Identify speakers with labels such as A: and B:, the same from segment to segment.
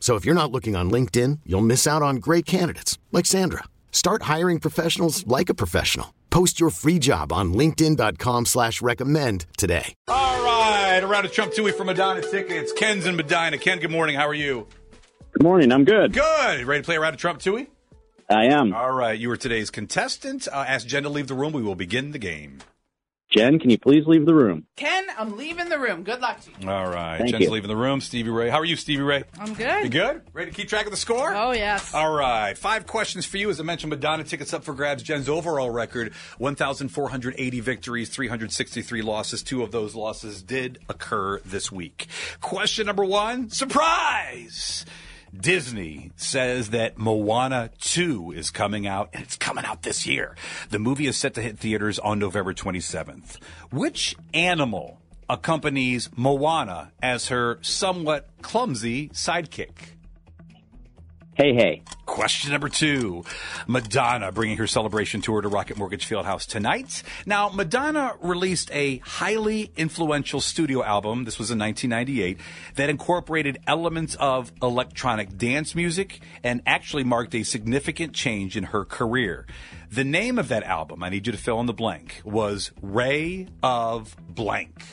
A: So if you're not looking on LinkedIn, you'll miss out on great candidates like Sandra. Start hiring professionals like a professional. Post your free job on LinkedIn.com slash recommend today.
B: All right, around a Chump Tui for Medina tickets. Ken's in Medina. Ken, good morning. How are you?
C: Good morning. I'm good.
B: Good. Ready to play around a Trump Tui?
C: I am.
B: All right, you are today's contestant. Uh, ask Jen to leave the room. We will begin the game.
C: Jen, can you please leave the room?
D: Ken, I'm leaving the room. Good luck to you.
B: All right,
C: Thank
B: Jen's
C: you.
B: leaving the room. Stevie Ray, how are you, Stevie Ray?
D: I'm
B: You
D: good.
B: good? Ready to keep track of the score?
D: Oh, yes.
B: All right, five questions for you. As I mentioned, Madonna tickets up for grabs. Jen's overall record 1,480 victories, 363 losses. Two of those losses did occur this week. Question number one surprise! Disney says that Moana 2 is coming out, and it's coming out this year. The movie is set to hit theaters on November 27th. Which animal accompanies Moana as her somewhat clumsy sidekick?
C: Hey, hey.
B: Question number two Madonna bringing her celebration tour to Rocket Mortgage Fieldhouse tonight. Now, Madonna released a highly influential studio album, this was in 1998, that incorporated elements of electronic dance music and actually marked a significant change in her career. The name of that album, I need you to fill in the blank, was Ray of Blank.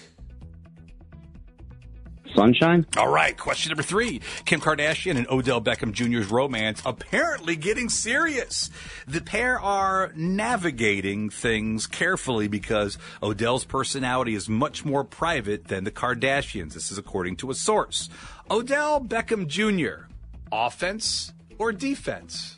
C: Sunshine?
B: All right, question number three. Kim Kardashian and Odell Beckham Jr.'s romance apparently getting serious. The pair are navigating things carefully because Odell's personality is much more private than the Kardashians. This is according to a source. Odell Beckham Jr., offense or defense?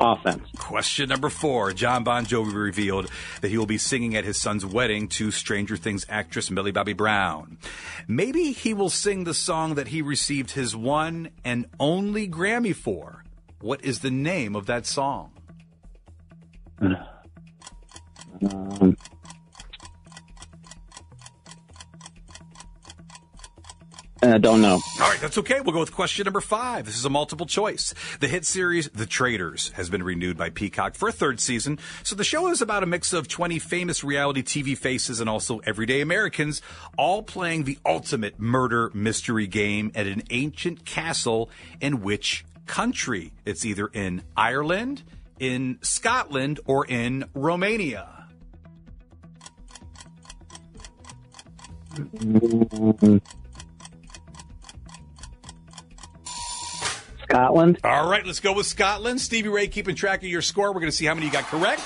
C: Offense.
B: Question number four. John Bon Jovi revealed that he will be singing at his son's wedding to Stranger Things actress Millie Bobby Brown. Maybe he will sing the song that he received his one and only Grammy for. What is the name of that song?
C: Um, I Uh, don't know.
B: All right, that's okay. We'll go with question number five. This is a multiple choice. The hit series The Traitors has been renewed by Peacock for a third season. So the show is about a mix of 20 famous reality TV faces and also everyday Americans, all playing the ultimate murder mystery game at an ancient castle in which country? It's either in Ireland, in Scotland, or in Romania.
C: Mm. Scotland?
B: All right, let's go with Scotland. Stevie Ray keeping track of your score. We're going to see how many you got correct.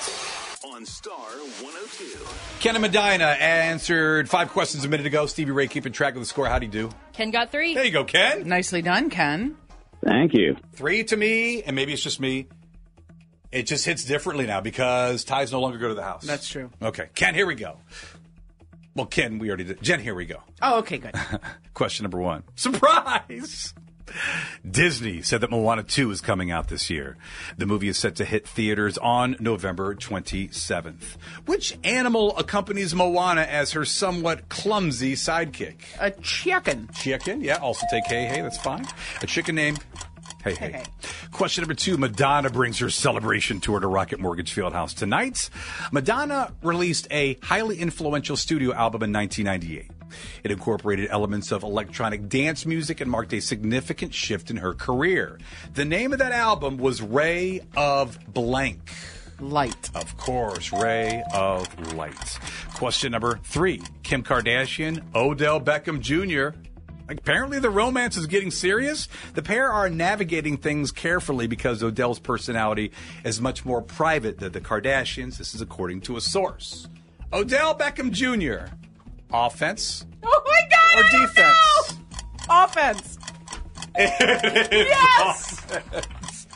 E: on Star 102.
B: Ken and Medina answered five questions a minute ago. Stevie Ray keeping track of the score. How do you do?
D: Ken got three.
B: There you go, Ken.
D: Nicely done, Ken.
C: Thank you.
B: Three to me, and maybe it's just me. It just hits differently now because ties no longer go to the house.
D: That's true.
B: Okay, Ken, here we go. Well, Ken, we already did. Jen, here we go.
D: Oh, okay, good.
B: Question number one. Surprise! Disney said that Moana 2 is coming out this year. The movie is set to hit theaters on November 27th. Which animal accompanies Moana as her somewhat clumsy sidekick?
D: A chicken.
B: Chicken, yeah. Also take hey hey, that's fine. A chicken named Hey hey.
D: Hey.
B: Question number two: Madonna brings her celebration tour to Rocket Mortgage Fieldhouse tonight. Madonna released a highly influential studio album in 1998. It incorporated elements of electronic dance music and marked a significant shift in her career. The name of that album was Ray of Blank.
D: Light.
B: Of course, ray of light. Question number three Kim Kardashian, Odell Beckham Jr., Apparently, the romance is getting serious. The pair are navigating things carefully because Odell's personality is much more private than the Kardashians. This is according to a source. Odell Beckham Jr. Offense
D: Oh my god!
B: or
D: I don't
B: defense?
D: know! Offense. yes.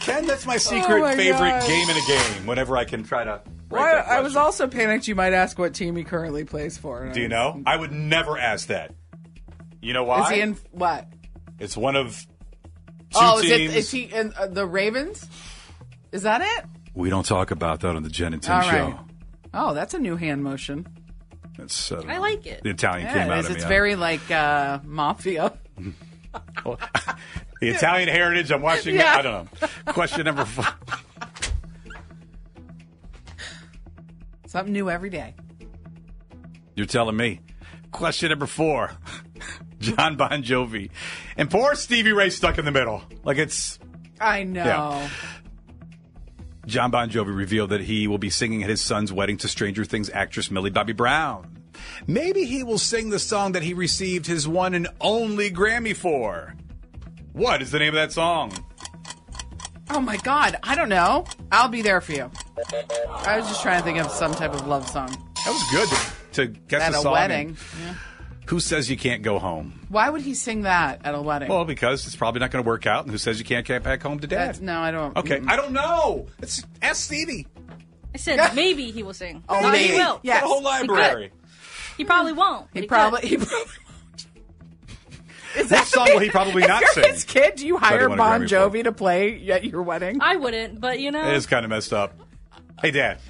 B: Ken, that's my secret
D: Oh my
B: favorite
D: gosh.
B: game in a game. Whenever I can try to break
D: Why-
B: that
D: I was
B: question.
D: also panicked. You might ask what team he currently plays for.
B: Do you know? I would never ask that. You know why?
D: Is he in what?
B: it's one of two
D: oh, is,
B: teams.
D: it, is he in uh, the Ravens? Is that it?
B: we don't talk about that on the Jen and Tim
D: All
B: show.
D: right. Oh, that's a new hand motion.
B: That's, I, don't
F: I
B: know.
F: like it.
B: The Italian
D: Yeah,
B: came out
D: it is.
B: of me.
D: It's
B: I-
D: very like uh, mafia.
B: the Italian heritage. I'm watching.
D: Yeah.
B: I don't know. Question number four.
D: Something new every day.
B: You're telling me. Question number four. John Bon Jovi and poor Stevie Ray stuck in the middle. Like it's
D: I know.
B: Yeah. John Bon Jovi revealed that he will be singing at his son's wedding to Stranger Things actress Millie Bobby Brown. Maybe he will sing the song that he received his one and only Grammy for. What is the name of that song?
D: Oh my god, I don't know. I'll be there for you. I was just trying to think of some type of love song
B: That was good to, to guess
D: at
B: the
D: a
B: song.
D: wedding.
B: and Who says you can't go home?
D: Why would he sing that at a wedding?
B: Well, because it's probably not going to work out. And who says you can't get back home to dad?
D: That's- no, I don't.
B: Okay,
D: mm-mm.
B: I don't know. It's ask Stevie.
F: I said maybe he will sing.
D: Oh,
F: no,
D: maybe.
F: he will.
D: Yes.
B: The whole library.
F: He probably won't. but
D: He
F: could.
D: probably. He probably Is
B: What song will he probably
D: if
B: not
D: you're
B: sing?
D: His kid, do you hire
B: won a
D: Bon
B: Grammy for.
D: Jovi to play at your wedding?
F: I wouldn't, but you know,
B: It
F: is,
B: is kind of messed up. Hey, Dad.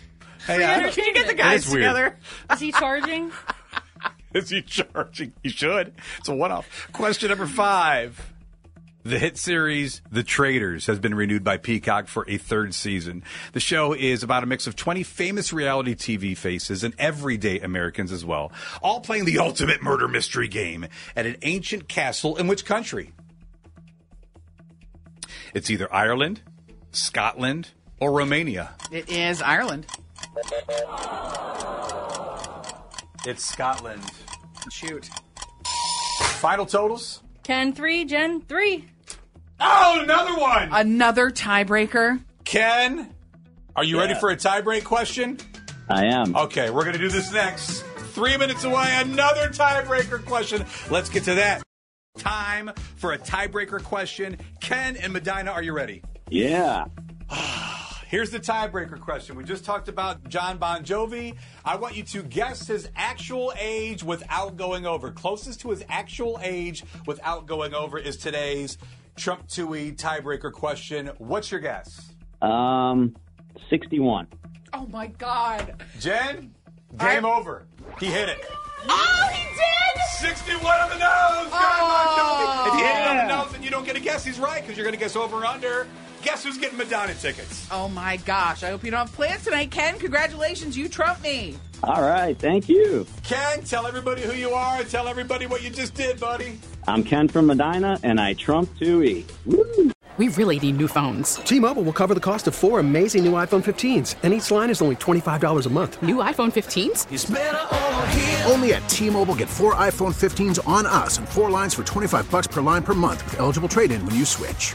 B: Hey,
F: Free
B: Dad.
D: Can you get the
F: It
D: guys
B: is weird.
D: together?
F: he charging?
B: Is he charging? He should. It's a one off. Question number five. The hit series The Traitors has been renewed by Peacock for a third season. The show is about a mix of 20 famous reality TV faces and everyday Americans as well, all playing the ultimate murder mystery game at an ancient castle in which country? It's either Ireland, Scotland, or Romania.
D: It is Ireland.
B: It's Scotland.
D: Shoot.
B: Final totals?
F: Ken three, Jen three.
B: Oh, another one!
D: Another tiebreaker.
B: Ken, are you ready for a tiebreak question?
C: I am.
B: Okay, we're going to do this next. Three minutes away, another tiebreaker question. Let's get to that. Time for a tiebreaker question. Ken and Medina, are you ready?
C: Yeah.
B: Here's the tiebreaker question. We just talked about John Bon Jovi. I want you to guess his actual age without going over. Closest to his actual age without going over is today's Trump Tui tiebreaker question. What's your guess?
C: Um, 61.
D: Oh my god.
B: Jen, game over. He hit it.
D: Oh, he did!
B: 61 on the nose. John Bon Jovi.
D: Oh.
B: If you hit it on the nose, then you don't get a guess. He's right because you're going to guess over or under. Guess who's getting Madonna tickets?
D: Oh my gosh. I hope you don't have plans tonight, Ken. Congratulations, you trumped me.
C: All right. Thank you.
B: Ken, tell everybody who you are and tell everybody what you just did, buddy.
C: I'm Ken from Medina, and I trump Tui. Woo!
G: We really need new phones.
H: T-Mobile will cover the cost of four amazing new iPhone 15s, and each line is only $25 a month.
G: New iPhone 15s?
I: Only at T-Mobile, get four iPhone 15s on us and four lines for 25 bucks per line per month with eligible trade-in when you switch.